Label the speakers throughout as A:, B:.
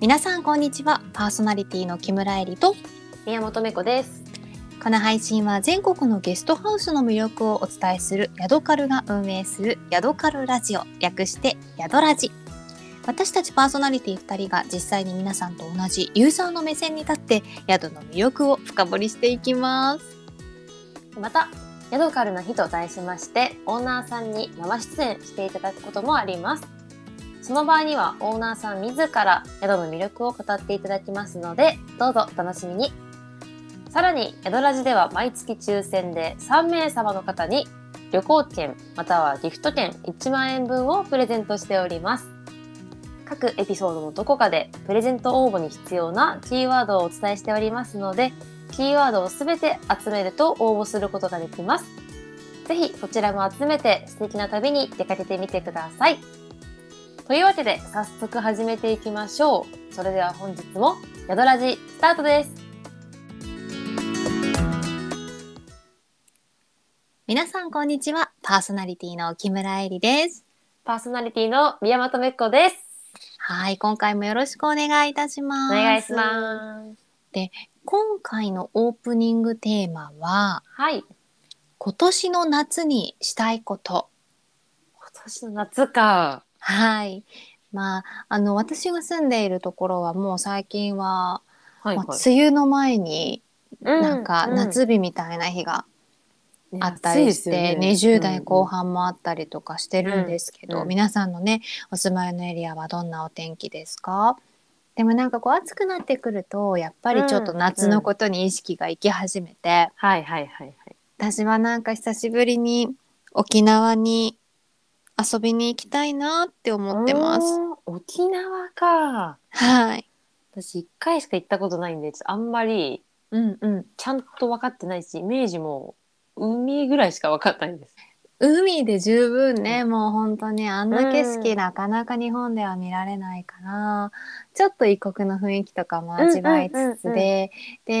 A: 皆さんこんにちはパーソナリティの木村えりと
B: 宮本芽子です。
A: この配信は全国のゲストハウスの魅力をお伝えするヤドカルが運営するヤドカルラジオ略してヤドラジ私たちパーソナリティ2人が実際に皆さんと同じユーザーの目線に立って宿の魅力を深掘りしていきます
B: また、ヤドカルな日と題しまして、オーナーさんに生出演していただくこともあります。その場合には、オーナーさん自ら宿の魅力を語っていただきますので、どうぞお楽しみに。さらに、宿ラジでは毎月抽選で3名様の方に旅行券またはギフト券1万円分をプレゼントしております。各エピソードのどこかでプレゼント応募に必要なキーワードをお伝えしておりますので、キーワードをすべて集めると応募することができます。ぜひこちらも集めて素敵な旅に出かけてみてください。というわけで早速始めていきましょう。それでは本日もヤドラジスタートです。
A: 皆さんこんにちはパーソナリティの木村えりです
B: パーソナリティの宮本めっこです。
A: はい今回もよろしくお願いいたしま
B: お
A: す
B: 願いします。
A: 今回のオープニングテーマは
B: はい。
A: 今年の夏にしたいこと
B: 今年の夏か。
A: はい。まあ、あの、私が住んでいるところはもう最近は、
B: はい
A: まあ梅雨の前になんか
B: っ
A: 夏日みたいな日があったりして、20代後半もあったりとかしてるんですけど、
B: うんうん
A: 皆さんのね、お住まいのエリアはどんなお天気ですかでもなんかこう暑くなってくると、やっぱりちょっと夏のことに意識が行き始めて、
B: はいはいはいはい。
A: 私はなんか久しぶりに沖縄に遊びに行きたいなって思ってます。
B: おー。沖縄か。
A: はい。
B: 私一回しか行ったことないんでちょっとあんまり
A: うんうん、
B: ちゃんと分かってないしイメージも海ぐらいしか分かんないです。
A: 海で十分ね、もう本当にあんな景色
B: うん
A: なかなか日本では見られないから、ちょっと異国の雰囲気とかも味わいつつで、
B: うんうんうんうん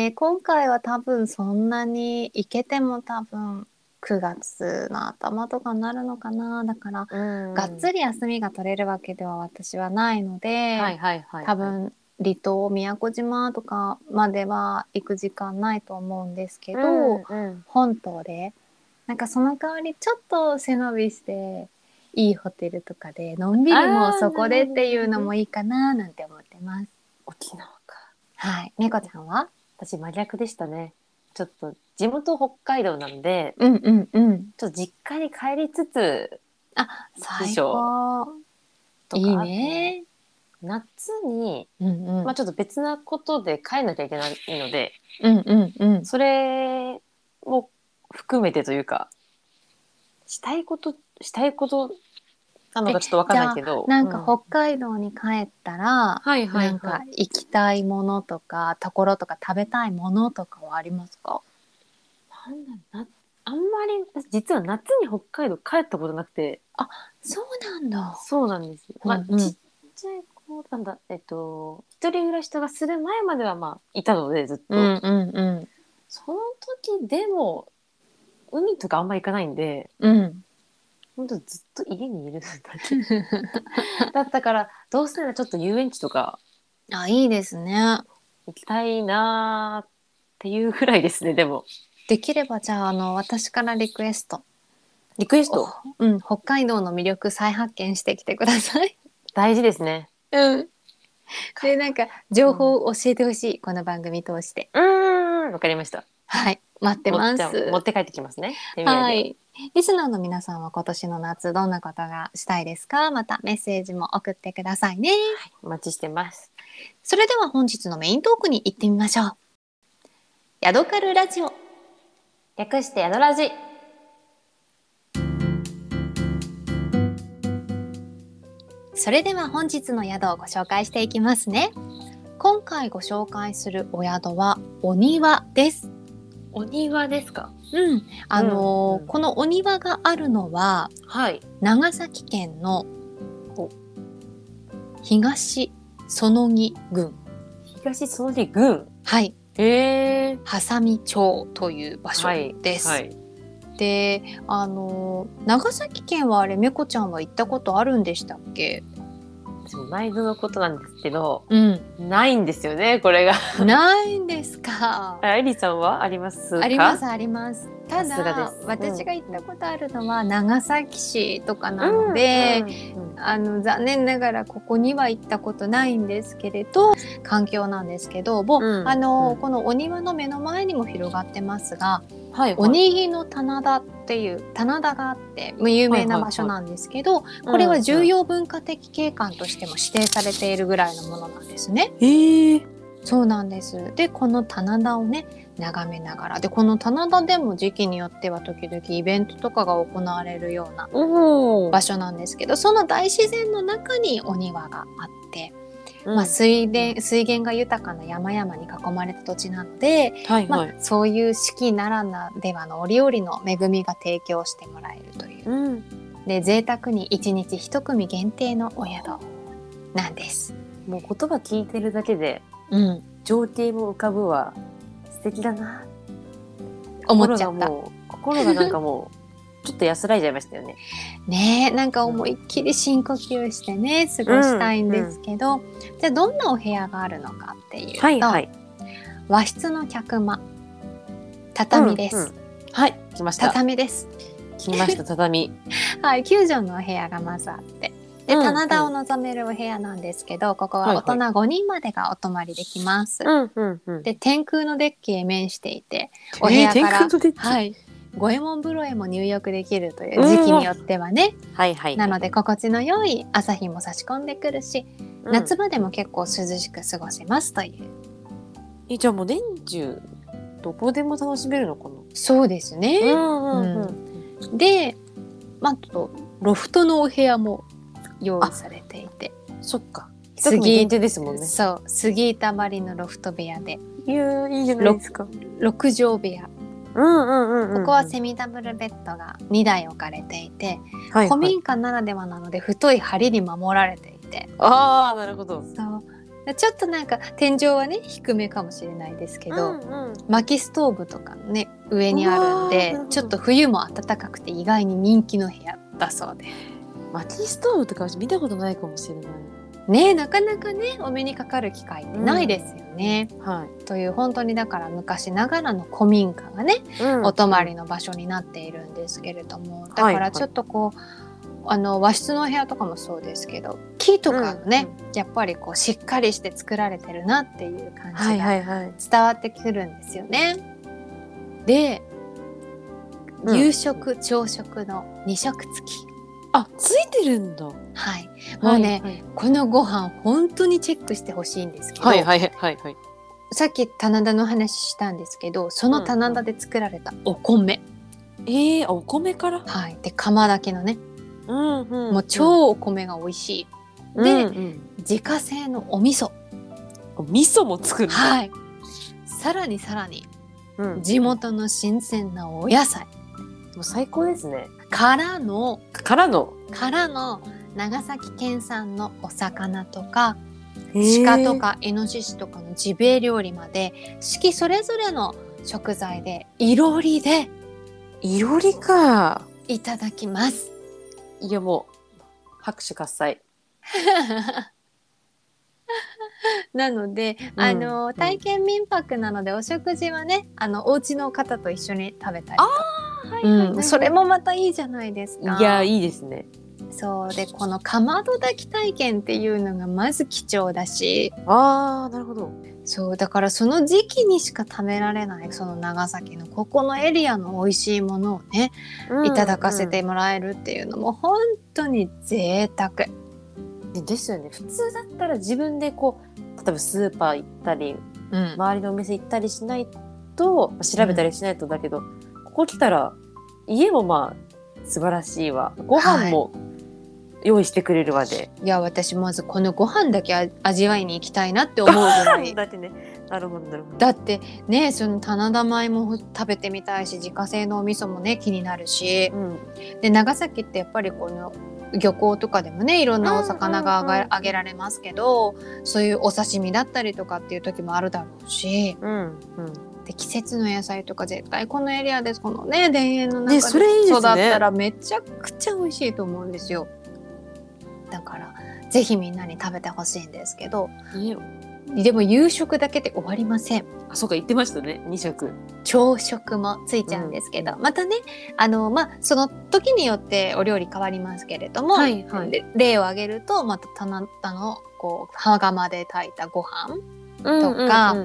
A: で今回は多分そんなに行けても多分9月の頭とかになるのかなだから、が
B: が
A: っつり休みが取れるわけでは私はないので、
B: はいはいはい、
A: 多分離島宮古島とかまでは行く時間ないと思うんですけ
B: け
A: ど。
B: うん
A: 本島でなんかその代わりちょっと背伸びしていいホテルとかでのんびりも
B: あ
A: う
B: ー
A: そこでっ
B: なるほど
A: ていうのもいいかななんて思ってます。
B: 沖縄か
A: はい、猫ちゃんは？
B: 私真逆でしたねちょっと地元北海道なんで
A: うんうんうん。
B: ちょっと実家に帰りつつ
A: 最
B: でしょ
A: 高。
B: とか
A: いいね。
B: 夏に、
A: うんうん。
B: まあ、ちょっと別なことで帰んなきゃいけないので
A: うんうんうん。
B: それも含めてというかしたいことしたいことなのかちょっとわかんないけど
A: なんか
B: う
A: 北海道に帰ったら、
B: はいはいはい
A: なんか行きたいものとかところとか食べたいものとかはありますか？
B: なんだろうなあんまり私実は夏に北海道帰ったことなくて
A: そうなんだ。
B: そうなんですよ、まあ
A: うんうん
B: ちっちゃい子なんだえっと一人暮らしとかする前まではまあいたのでずっと、
A: うんうんうん
B: その時でも海とかあんま行かないんで
A: うん。
B: ほんとずっと家にいるんだけ だったからどうせならちょっと遊園地とか
A: あいいですね。
B: 行きたいなーっていうぐらいですねでも
A: できればじゃああの私からリクエスト、
B: リクエスト
A: うん、北海道の魅力再発見してきてください。
B: 大事ですね
A: うん、でなんか情報を教えてほしい、この番組通して。
B: うーんわかりました
A: はい待ってま
B: じゃあ持っ
A: す。
B: て帰ってきますね手土産で
A: はい。リスナーの皆さんは今年の夏どんなことがしたいですかまたメッセージも送ってくださいね。
B: お待ちしてます
A: それでは本日のメイントークに行ってみましょう。ヤドカルラジオ
B: 略してやドラジ
A: それでは本日の宿をご紹介していきますね今回ご紹介するお宿はお庭です
B: お庭ですか
A: うん、あのー
B: うんうん
A: このお庭があるのは
B: はい
A: 長崎県の
B: お
A: 東園木郡
B: 東園寺郡
A: はい
B: へえ
A: 波佐見町という場所
B: はい
A: です、
B: はい
A: であのー長崎県はあれめこちゃんは行ったことあるんでしたっけ
B: その内臓のことなんですけど
A: うん。
B: ないんですよねこれ が
A: ないんですか。
B: あエリさんはありますか
A: ありますあります。た
B: さすが
A: だ
B: ですうん
A: 私が行ったことあるのは長崎市とかなので、
B: うんうんうん
A: あの残念ながらここには行ったことないんですけれど環境なんですけども、
B: うん
A: あの
B: うん
A: このお庭の目の前にも広がってますが
B: はいはい、
A: 鬼木の棚田っていう棚田があってまあ有名な場所なんですけど、これは重要文化的景観としても指定されているぐらいのものなんですね。
B: ええ
A: そうなんですでこの棚田をね眺めながらでこの棚田でも時期によっては時々イベントとかが行われるような
B: おお、
A: 場所なんですけどその大自然の中にお庭があって、まあ、水田水源が豊かな山々に囲まれた土地なので、
B: はい
A: ま
B: は
A: あ
B: い、、
A: そういう四季ならではの折々の恵みが提供してもらえるという
B: うん
A: で贅沢に1日1組限定のお宿なんです。
B: もう言葉聞いてるだけで
A: うん、
B: 情景も浮かぶわ素敵だな
A: 思っちゃった
B: 心が。もう心がなんかもうちょっと安らいじゃいましたよね
A: ねえなんか思いっきり深呼吸してね過ごしたいんですけど、じゃあどんなお部屋があるのかっていうと、
B: い
A: 和室の客間畳です。
B: うんうんはい来ました
A: 畳です。
B: 来ました畳
A: はい、九畳のお部屋がまずあって。で、
B: うん
A: 棚田を望めるお部屋なんですけど、ここ
B: は
A: はい大
B: はい
A: 人5人までがお泊まりできます。
B: うんうんうん
A: で、天空のデッキへ面していて、お部屋から
B: えー天空のデッキは
A: はいい。五右衛門風呂へも入浴できるという時期によってはね、
B: はいはい
A: なので心地の良い朝日も差し込んでくるし、
B: うん
A: 夏場でも結構涼しく過ごせますという。
B: えじゃあもう年中どこでも楽しめるのかな
A: そうですね。
B: ん
A: うんで、まあ、あとロフトのお部屋も用意されていて、
B: そっか一組
A: 杉
B: 限定ですもんね
A: そう杉板張りのロフト部屋で
B: いやーいいじゃすか
A: 6畳部屋
B: うんうんうんうんうん
A: ここはセミダブルベッドが2台置かれていて、
B: はいはい
A: 古民家ならではなので太い梁に守られていて
B: ああなるほど
A: そうでちょっとなんか天井はね低めかもしれないですけど、
B: うんうん
A: 薪ストーブとかね上にあるん
B: うわーな
A: で
B: るほど
A: ちょっと冬も暖かくて意外に人気の部屋だそうです。
B: 薪ストーブとか見たことないかもしれない。
A: ねなかなかねお目にかかる機会ってないですよね。
B: はい。
A: という本当にだから昔ながらの古民家がねお泊まりの場所になっているんですけれども、だ
B: はい
A: か
B: はい
A: らちょっとこう、あの和室のお部屋とかもそうですけど木とかのね、やっぱりこうしっかりして作られてるなっていう感
B: は
A: じ
B: いは
A: が
B: いはい。
A: 伝わってくるんですよね。で、
B: うん
A: 夕食朝食の2食付き。
B: あ、ついてるんだ。も
A: はい、もうね、。このご飯本当にチェックしてほしいんですけど、
B: はいはいはいはい。
A: さっき棚田の話したんですけどその棚田で作られたお米、
B: ええー、あお米から。
A: はい、で釜炊きのね
B: うんうん
A: もう超お米が美味しい。で、
B: うんうん
A: 自家製のお味噌。
B: お味噌も作る。い。
A: はい。さらにさらに
B: うん。
A: 地元の新鮮なお野菜
B: もう最高ですね。
A: からの
B: からの
A: からの長崎県産のお魚とか鹿と。かイノシシとかのジビエ料理まで四季それぞれの食材でいろりで
B: いろりか。
A: いただきます。
B: いやもう拍手喝采。
A: なので、
B: うん
A: あ
B: うん
A: の体験民泊なのでお食事はねあのお家の方と一緒に食べたりとか
B: は
A: うん、それ。もまたいいじゃないですか。
B: いやいいですね。
A: そうでこのかまど炊き体験っていうのがまず貴重だし
B: ああなるほど。
A: そうだからその時期にしか食べられないその長崎のここのエリアの美味しいものをねいただかせてもらえるっていうのも本当に贅沢
B: でですよね普通だったら自分でこう例えばスーパー行ったり
A: うん、
B: 周りのお店行ったりしないとまあ調べたりしないとだけど、ここ来たら家もまあ素晴らしいわご飯も用意してくれるわで、
A: いや私まずこのご飯だけあ味わいに行きたいなって思うぐら い
B: だってねなるほどなるほど
A: だってねその棚田米も食べてみたいし自家製のお味噌もね気になるし
B: うん、
A: で長崎ってやっぱりこの漁港とかでもねいろんなお魚があ
B: うんうん
A: が
B: うん
A: あげられますけどそういうお刺身だったりとかっていう時もあるだろうし
B: うん
A: で季節の野菜とか絶対このエリアでこのね田園の
B: ね
A: 中
B: そ
A: で
B: れいいです
A: 育
B: ね
A: ったらめちゃくちゃ美味しいと思うんですよ。だからぜひみんなに食べてほしいんですけど
B: ね
A: でも夕食だけで終わりません
B: あそうか言ってましたね二食
A: 朝食もついちゃうんですけど、またねあの、まあ、その時によってお料理変わりますけれども、
B: はいはい
A: で例を挙げるとまた棚田のこう羽釜で炊いたご飯
B: と
A: か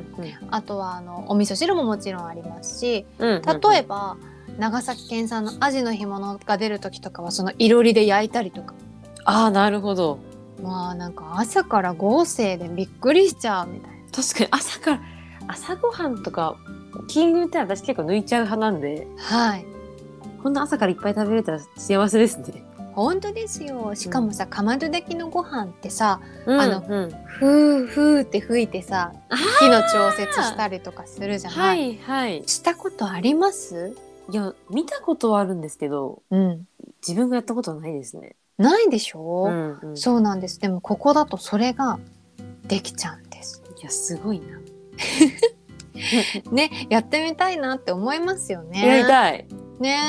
A: あとはあのお味噌汁ももちろんありますし例
B: 例
A: えば、長崎県産のアジの干物が出る時とかはそのいろりで焼いたりとか
B: ああなるほど
A: まあなんか朝から豪勢でびっくりしちゃうみたいな。
B: 確かに朝から朝ごはんとかキングって私結構抜いちゃう派なんで
A: はい
B: こんな朝からいっぱい食べれたら幸せですね。
A: 本当ですよしかもさ、かまど炊きのご飯ってさ
B: あ
A: のふうふうって吹いてさ
B: あー
A: 火の調節したりとかするじゃな、
B: はいいはい。い
A: したことあります
B: や見たことはあるんですけど
A: うん
B: 自分がやったことはないですね。
A: ないでしょ、
B: んうん、
A: そうなんですでもここだとそれができちゃうんです
B: いやすごいな。
A: ねやってみたいなって思いますよね
B: やりたい。
A: ね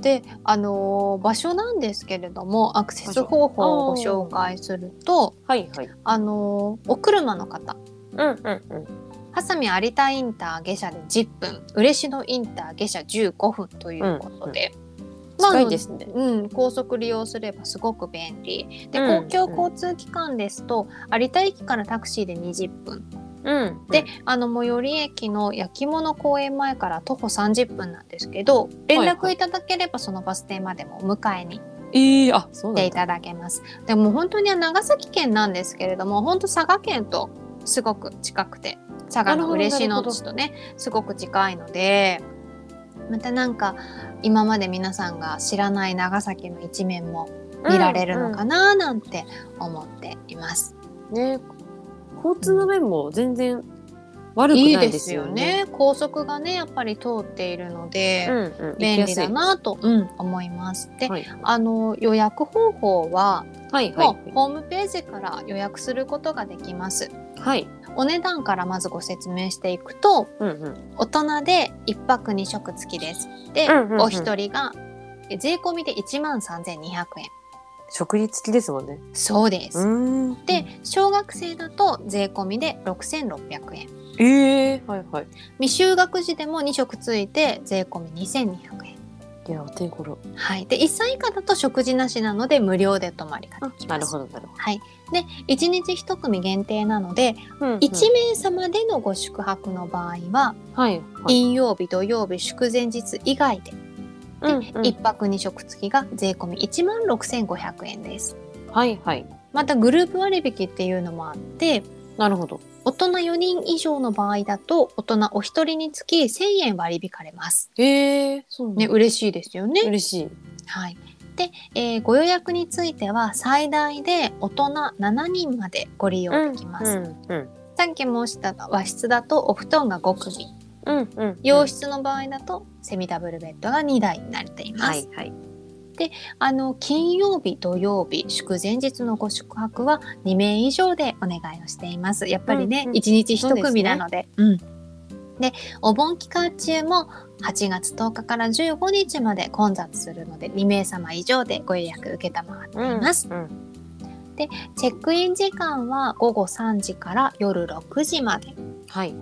A: であのー場所なんですけれどもアクセス方法をご紹介すると
B: はいはい。
A: あのーお車の方
B: うんうんうん。
A: ハサミ有田インター下車で10分嬉野インター下車15分ということで、まあ
B: 近いですね。
A: うん、高速利用すればすごく便利で
B: うん
A: 公共交通機関ですと、有田駅からタクシーで20分
B: うん
A: で、あの最寄り駅の焼き物公園前から徒歩30分なんですけど連絡いただければそのバス停までもお迎えに
B: ええあそう
A: 来て
B: なん
A: い
B: だ。
A: ただけます、でも本当に長崎県なんですけれども本当佐賀県とすごく近くて佐賀の嬉野地とねすごく近いのでまたなんか今まで皆さんが知らない長崎の一面も見られるのか
B: な。
A: ななんて思っています。
B: うんね交通の面も全然悪くないですよね。。
A: 高速がねやっぱり通っているので、
B: うんうん。
A: 便利だ
B: 行
A: なと、うん思います。で、
B: きやすい。
A: あの予約方法は、
B: はいは
A: も
B: いう
A: ホームページから予約することができます。
B: はい。はい。
A: お値段からまずご説明していくと
B: うんうん。
A: 大人で1泊2食付きです。で、
B: うんうんうん
A: お一人がえ税込みで1万3200円。
B: 食事付きですもんね。
A: そうです。
B: ん
A: で、小学生だと税込みで6600円。
B: ええはいはい。
A: 未就学児でも2食ついて税込み2200円。
B: いやお手頃。
A: はい。で、1歳以下だと食事なしなので無料で泊まりができます。
B: なるほどなるほ
A: はい。で、1日1組限定なので、
B: ど。うんうん
A: 1名様でのご宿泊の場合は、
B: はいはい。
A: 金曜日、土曜日、祝前日以外で
B: うんうん
A: 1泊2食付きが税込み1万6500円です
B: はいはい。
A: またグループ割引っていうのもあって
B: なるほど。
A: 大人4人以上の場合だと大人お一人につき1000円割り引かれます
B: ええそうなんだ
A: ね嬉しいですよね
B: 嬉しい。
A: はいで、えーご予約については最大で大人7人までご利用できます、
B: うん
A: さっき申した和室だとお布団が5組
B: うんうん。
A: 洋室の場合だとセミダブルベッドが2台になっています、
B: はいはい。
A: あの金曜日土曜日祝前日のご宿泊は2名以上でお願いをしていますやっぱりね、
B: うんうん
A: 一日一組なのでうんでお盆期間中も8月10日から15日まで混雑するので2名様以上でご予約受けたまわっています、
B: うん。
A: チェックイン時間は午後3時から夜6時まで
B: はい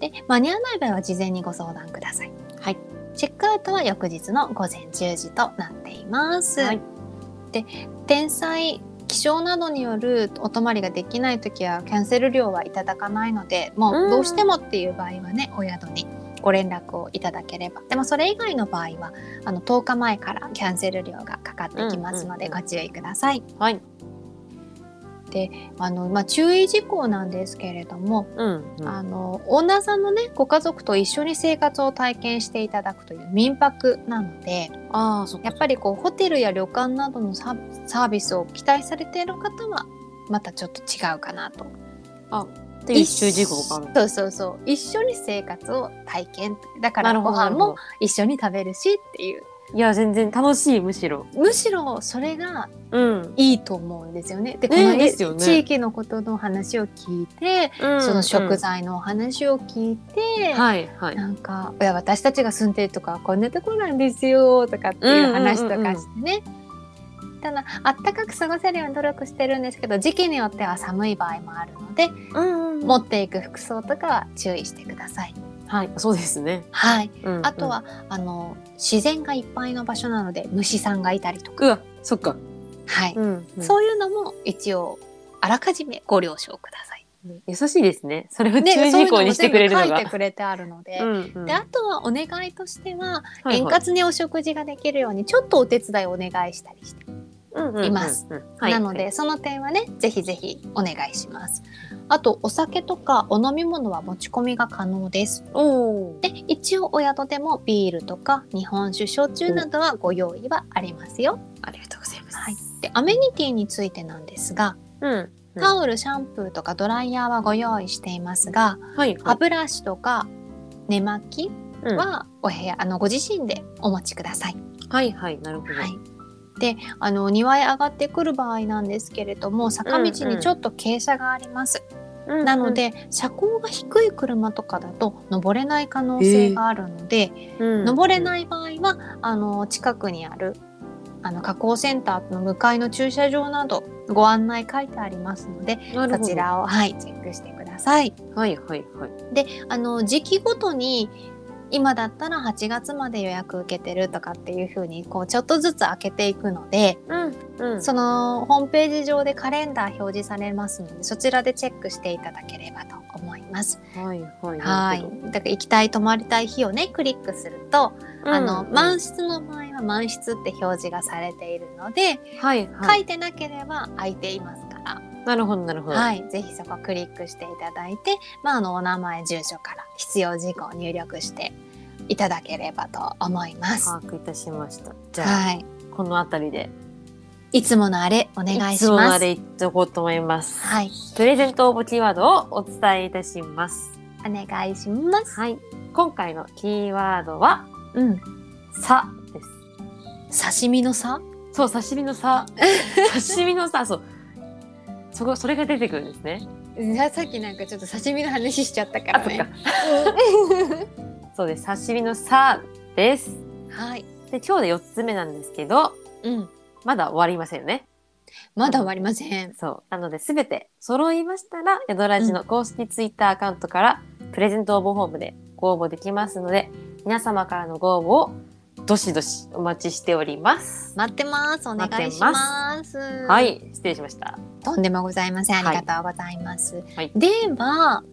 A: で間に合わない場合は事前にご相談ください
B: はい
A: チェックアウトは翌日の午前10時となっています、
B: はい
A: 天災気象などによるお泊まりができない時はキャンセル料はいただかないのでも
B: う
A: うんどうしてもっていう場合はねお宿にご連絡をいただければでもそれ以外の場合はあの10日前からキャンセル料がかかってきますので
B: うんうんう
A: ご注意ください。
B: はい。
A: あのまあ、注意事項なんですけれども、
B: うんうん。
A: あのオーナーさんのねご家族と一緒に生活を体験していただくという民泊なので
B: ああそっ
A: やっぱりこうホテルや旅館などのササービスを期待されている方はまたちょっと違うかなと。
B: って一周事故がある。
A: そうそうそう一緒に生活を体験だからご飯
B: なるほ
A: も一緒に食べるしっていう
B: ど。いや全然楽しいむしろ。
A: むしろそれが
B: うん。
A: いいと思うんですよね。でこ
B: ね
A: の、
B: ですよね
A: 地域のことの話を聞いて、その食材のお話を聞いて、
B: うん。はいはい。
A: なんかいや私たちが住んでるとかこんなところなんですよとかっていう話とかしてね、ただあったかく過ごせるように努力してるんですけど時期によっては寒い場合もあるので
B: うん
A: 持っていく服装とかは注意してください。
B: はい、そうですね。
A: はい、
B: うん
A: あと、は、あの自然がいっぱいの場所なので虫さんがいたりと
B: う
A: か、
B: んうわ、そっか。
A: はい
B: うん、う
A: そういうのも一応あらかじめご了承ください。
B: ん。優しいですね。それ を注
A: ね
B: 意
A: そういう
B: 事
A: の
B: 項
A: も
B: にしてくれるの
A: 全部
B: が。
A: 書いてくれてあるので。
B: うんうん
A: であとはお願いとしては、
B: はい
A: 円
B: はい
A: 滑にお食事ができるようにちょっとお手伝いをお願いしたりして、
B: うんうんうん
A: います
B: うんはい
A: なので、その点はねぜひぜひお願いしますあとお酒とかお飲み物は持ち込みが可能です
B: おー
A: で一応お宿でもビールとか日本酒焼酎などはご用意はありますよ、
B: ありがとうございます。
A: はい、でアメニティについてなんですが
B: うん。うん
A: タオルシャンプーとかドライヤーはご用意していますが
B: はい。
A: 歯ブラシとか寝巻き
B: うん
A: はお部屋あのご自身でお持ちください。
B: はいはい、なるほど。
A: はい、であの庭へ上がってくる場合なんですけれども坂道にちょっと傾斜があります、
B: うんうん
A: なの、で車高が低い車とかだと登れない可能性があるので、登れ
B: い。
A: ない場合はあの近くにあるあの加工センターの向かいの駐車場などご案内書いてありますので
B: なる
A: そ
B: ほど
A: ち。らを、はい、チェックしてください。
B: はいはいはい。
A: あの時期ごとに今だったら8月まで予約受けてるとかっていう風にこうちょっとずつ開けていくので、
B: うんうん。
A: そのホームページ上でカレンダー表示されますのでそちらでチェックしていただければと思います。
B: はいはい。
A: はい
B: なるほど。
A: だから行きたい泊まりたい日をねクリックすると、あの
B: うんうん
A: 満室の場合は満室って表示がされているので、
B: はい
A: 書
B: はい。
A: いてなければ空いていますから、
B: なるほどなるほど。
A: はい、ぜひそこクリックしていただいて、まあ、あのお名前住所から必要事項を入力していただければと思います。
B: 把握いたしました。じゃあ、
A: はい、
B: このあたりで
A: いつものあれお願い
B: い
A: し
B: つも
A: ま
B: あ
A: す。
B: れ言っておこうと思います。
A: はい、
B: プレゼント応募キーワードをお伝えいたします。
A: お願いします。
B: はい。今回のキーワードは、
A: うん、
B: さです。
A: 刺身の差？
B: そう、刺身のさ。刺身のさ、そう。そこ、それが出てくるんですね。
A: さっきなんかちょっと刺身の話しちゃったか
B: あ、そっか。そうです。刺身のさです。
A: はい、
B: で、今日で四つ目なんですけど、
A: うん、
B: まだ終わりませんよね。
A: まだ終わりません。
B: そう。なので、すべて揃いましたら、ヤドラジの公式ツイッターアカウントから、プレゼント応募フォームでご応募できますので、皆様からのご応募を、どしどしお待ちしております。
A: 待ってます。お願いします。
B: は
A: はい、
B: い、失礼しました。
A: とんでもございません。
B: は
A: あ
B: い
A: りがとうございます。
B: はい
A: では。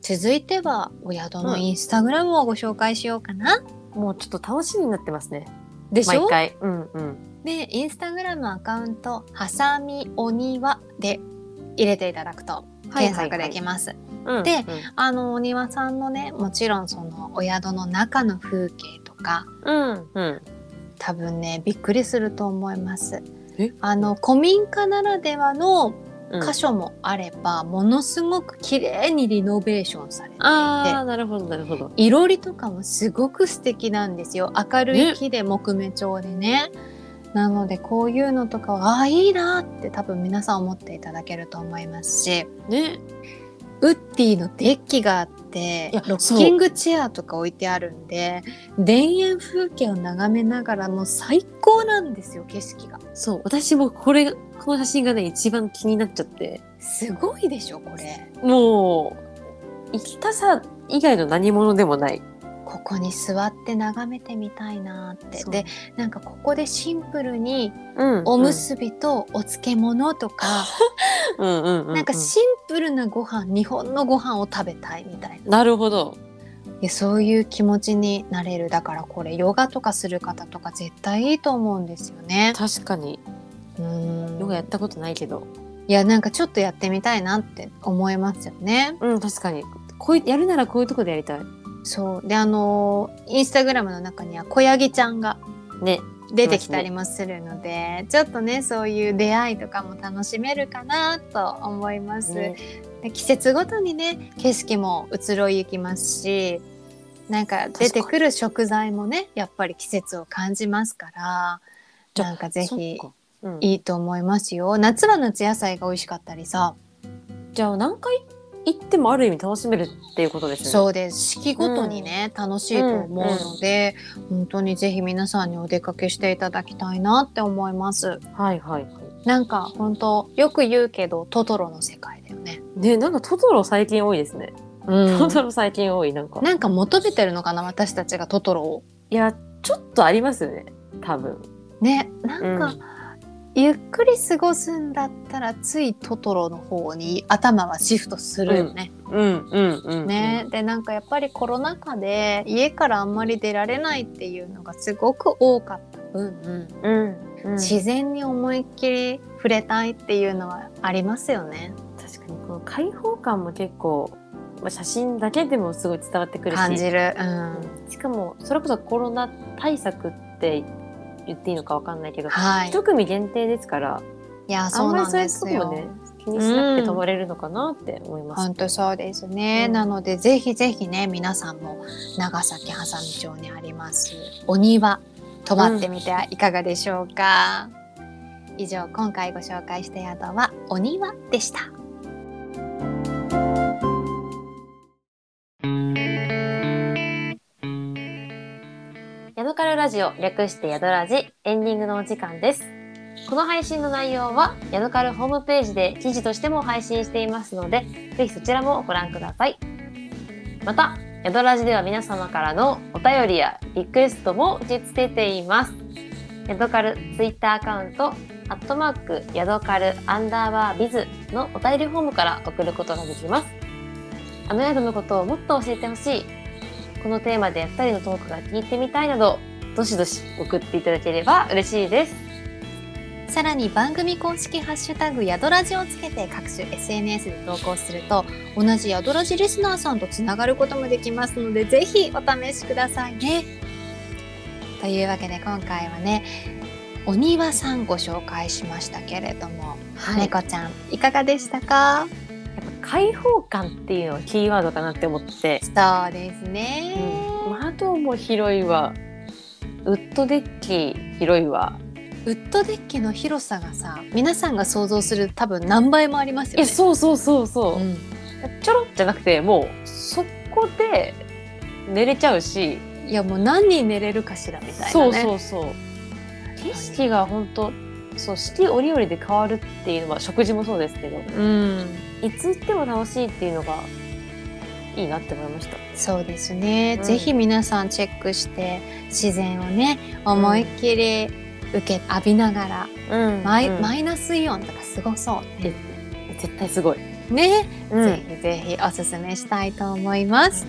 A: 続いてはお宿のインスタグラムをご紹介しようかな。
B: もうちょっと楽しみになってますね。
A: でし
B: 毎
A: ょ
B: 回。うんうん。
A: でインスタグラムアカウント「はさみお庭」で入れていただくと検索できます。
B: うん
A: であのお庭さんのねもちろんそのお宿の中の風景とか
B: うんうん。
A: 多分ねびっくりすると思います
B: え。
A: あの古民家ならではの
B: うん
A: 箇所もあれば、ものすごく綺麗にリノベーションされていて
B: ああ、なるほど、なるほど。
A: いろりとかもすごく素敵なんですよ明るい木で木目調でねなのでこういうのとかはあいいなって多分皆さん思っていただけると思いますし
B: ね。
A: ウッディのデッキがあって
B: いや
A: ロッキングチェアとか置いてあるんで田園風景を眺めながらもう最高なんですよ景色が
B: そう、私もこれ、この写真がね、一番気になっちゃって。
A: すごいでしょこれ
B: もう、生きたさ以外の何物でもない。
A: ここに座って眺めてみたいなって
B: そう
A: で、なんかここでシンプルに
B: うん
A: おむ、すびとお漬物とか、
B: うんうんうう
A: なんかシンプルなご飯日本のご飯を食べたいみたいな
B: なるほど。
A: いやそういう気持ちになれるだからこれヨガとかする方とか絶対いいと思うんですよね。
B: 確かに。
A: う
B: ヨガやっ
A: ん
B: たことないけど。
A: いやなんかちょっとやってみたいなって思いますよね。
B: うん、確かに。こういやるならこういうとこでやりたい。
A: そうであのーインスタグラムの中には小ヤギちゃんが
B: ね。
A: 出てきたりもするので、ちょっとねそういう出会いとかも楽しめるかなと思います。
B: ね
A: で季節ごとにね景色も移ろいゆきますしなんか出てくる食材もねやっぱり季節を感じますから
B: じゃ
A: なんかぜひ
B: そっかうん
A: いいと思いますよ夏は夏野菜が美味しかったりさ
B: じゃあ何回行ってもある意味楽しめるっていうことですね。
A: そうです式ごとにね、楽しいと思うので、本当にぜひ皆さんにお出かけしていただきたいなって思います
B: はいはいはい。
A: なんか本当よく言うけどトトロの世界だよね、
B: ねなんかトトロ最近多いですね。トトロ最近多いなん か。
A: なんか求めてるのかな私たちがトトロを
B: いやちょっとありますよね多分。
A: ねなんか、
B: うん
A: ゆっくり過ごすんだったらついトトロの方に頭はシフトするよね。
B: うんうんうんうん。
A: ねでなんかやっぱりコロナ禍で家からあんまり出られないっていうのがすごく多かった分、
B: うん。うん、
A: 自然に思いっきり触れたいっていうのはありますよね。
B: 確かにこの開放感も結構、まあ、写真だけでもすごい伝わってくるし
A: 感じる。う
B: うんしかもそれこそコロナ対策って言っていいのかわかんないけど、
A: ん、はい。
B: 一組限定ですから
A: いや
B: あ
A: そ
B: ん
A: う
B: ま
A: な
B: り
A: ん
B: そうい
A: で
B: うと
A: す
B: こも
A: よ。
B: ね気にしなくて泊まれるのかなって思います。
A: 本当そうですね、
B: うん
A: なのでぜひぜひね皆さんも長崎波佐見町にありますお庭泊まってみてはいかがでしょうか、以上今回ご紹介した宿はお庭でした
B: ヤドカルラジオ略してヤドラジエンディングのお時間です。この配信の内容はヤドカルホームページで記事としても配信していますので、ぜひそちらもご覧ください。また、ヤドラジでは皆様からのお便りやリクエストも受け付けています。ヤドカルツイッターアカウント、アットマークヤドカルアンダーバービズのお便りフォームから送ることができます。あの宿のことをもっと教えてほしいこのテーマで2人のトークが聞いてみたいなどどしどし送っていただければ嬉しいです
A: さらに番組公式ハッシュタグヤドラジをつけて各種 SNS で投稿すると同じヤドラジリスナーさんとつながることもできますのでぜひお試しくださいね。というわけで今回はねお庭さんご紹介しましたけれども、
B: はい
A: 猫ちゃんいかがでしたか
B: やっぱ開放感っていうのはキーワードかなって思って、
A: そうですね、
B: うん、窓も広いわウッドデッキ広いわ
A: ウッドデッキの広さがさ皆さんが想像する多分何倍もあります
B: い
A: よ
B: や
A: ね。
B: そうそうそうそう、
A: うん
B: ちょろじゃなくてもうそこで寝れちゃうし、
A: いやもう何人寝れるかしらみたいなね。
B: そうそうそう景色が本当そうシティ折々で変わるっていうのは食事もそうですけど
A: うん
B: いつ行っても楽しいっていうのがいいなって思いました。
A: そうですね、
B: うん
A: ぜひ皆さんチェックして自然をね思いっきり受け浴びながら、
B: うん
A: マイマイナスイオンとかすごそうね。
B: 絶対すごい。
A: ね、
B: うん
A: ぜひぜひおすすめしたいと思います。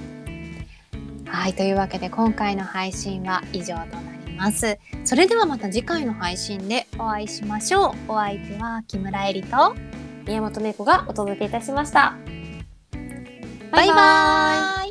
A: はいというわけで今回の配信は以上となります。それではまた次回の配信でお会いしましょう。お相手は木村えりとバイ
B: 宮本芽子がお届けいたしました。
A: バイバイ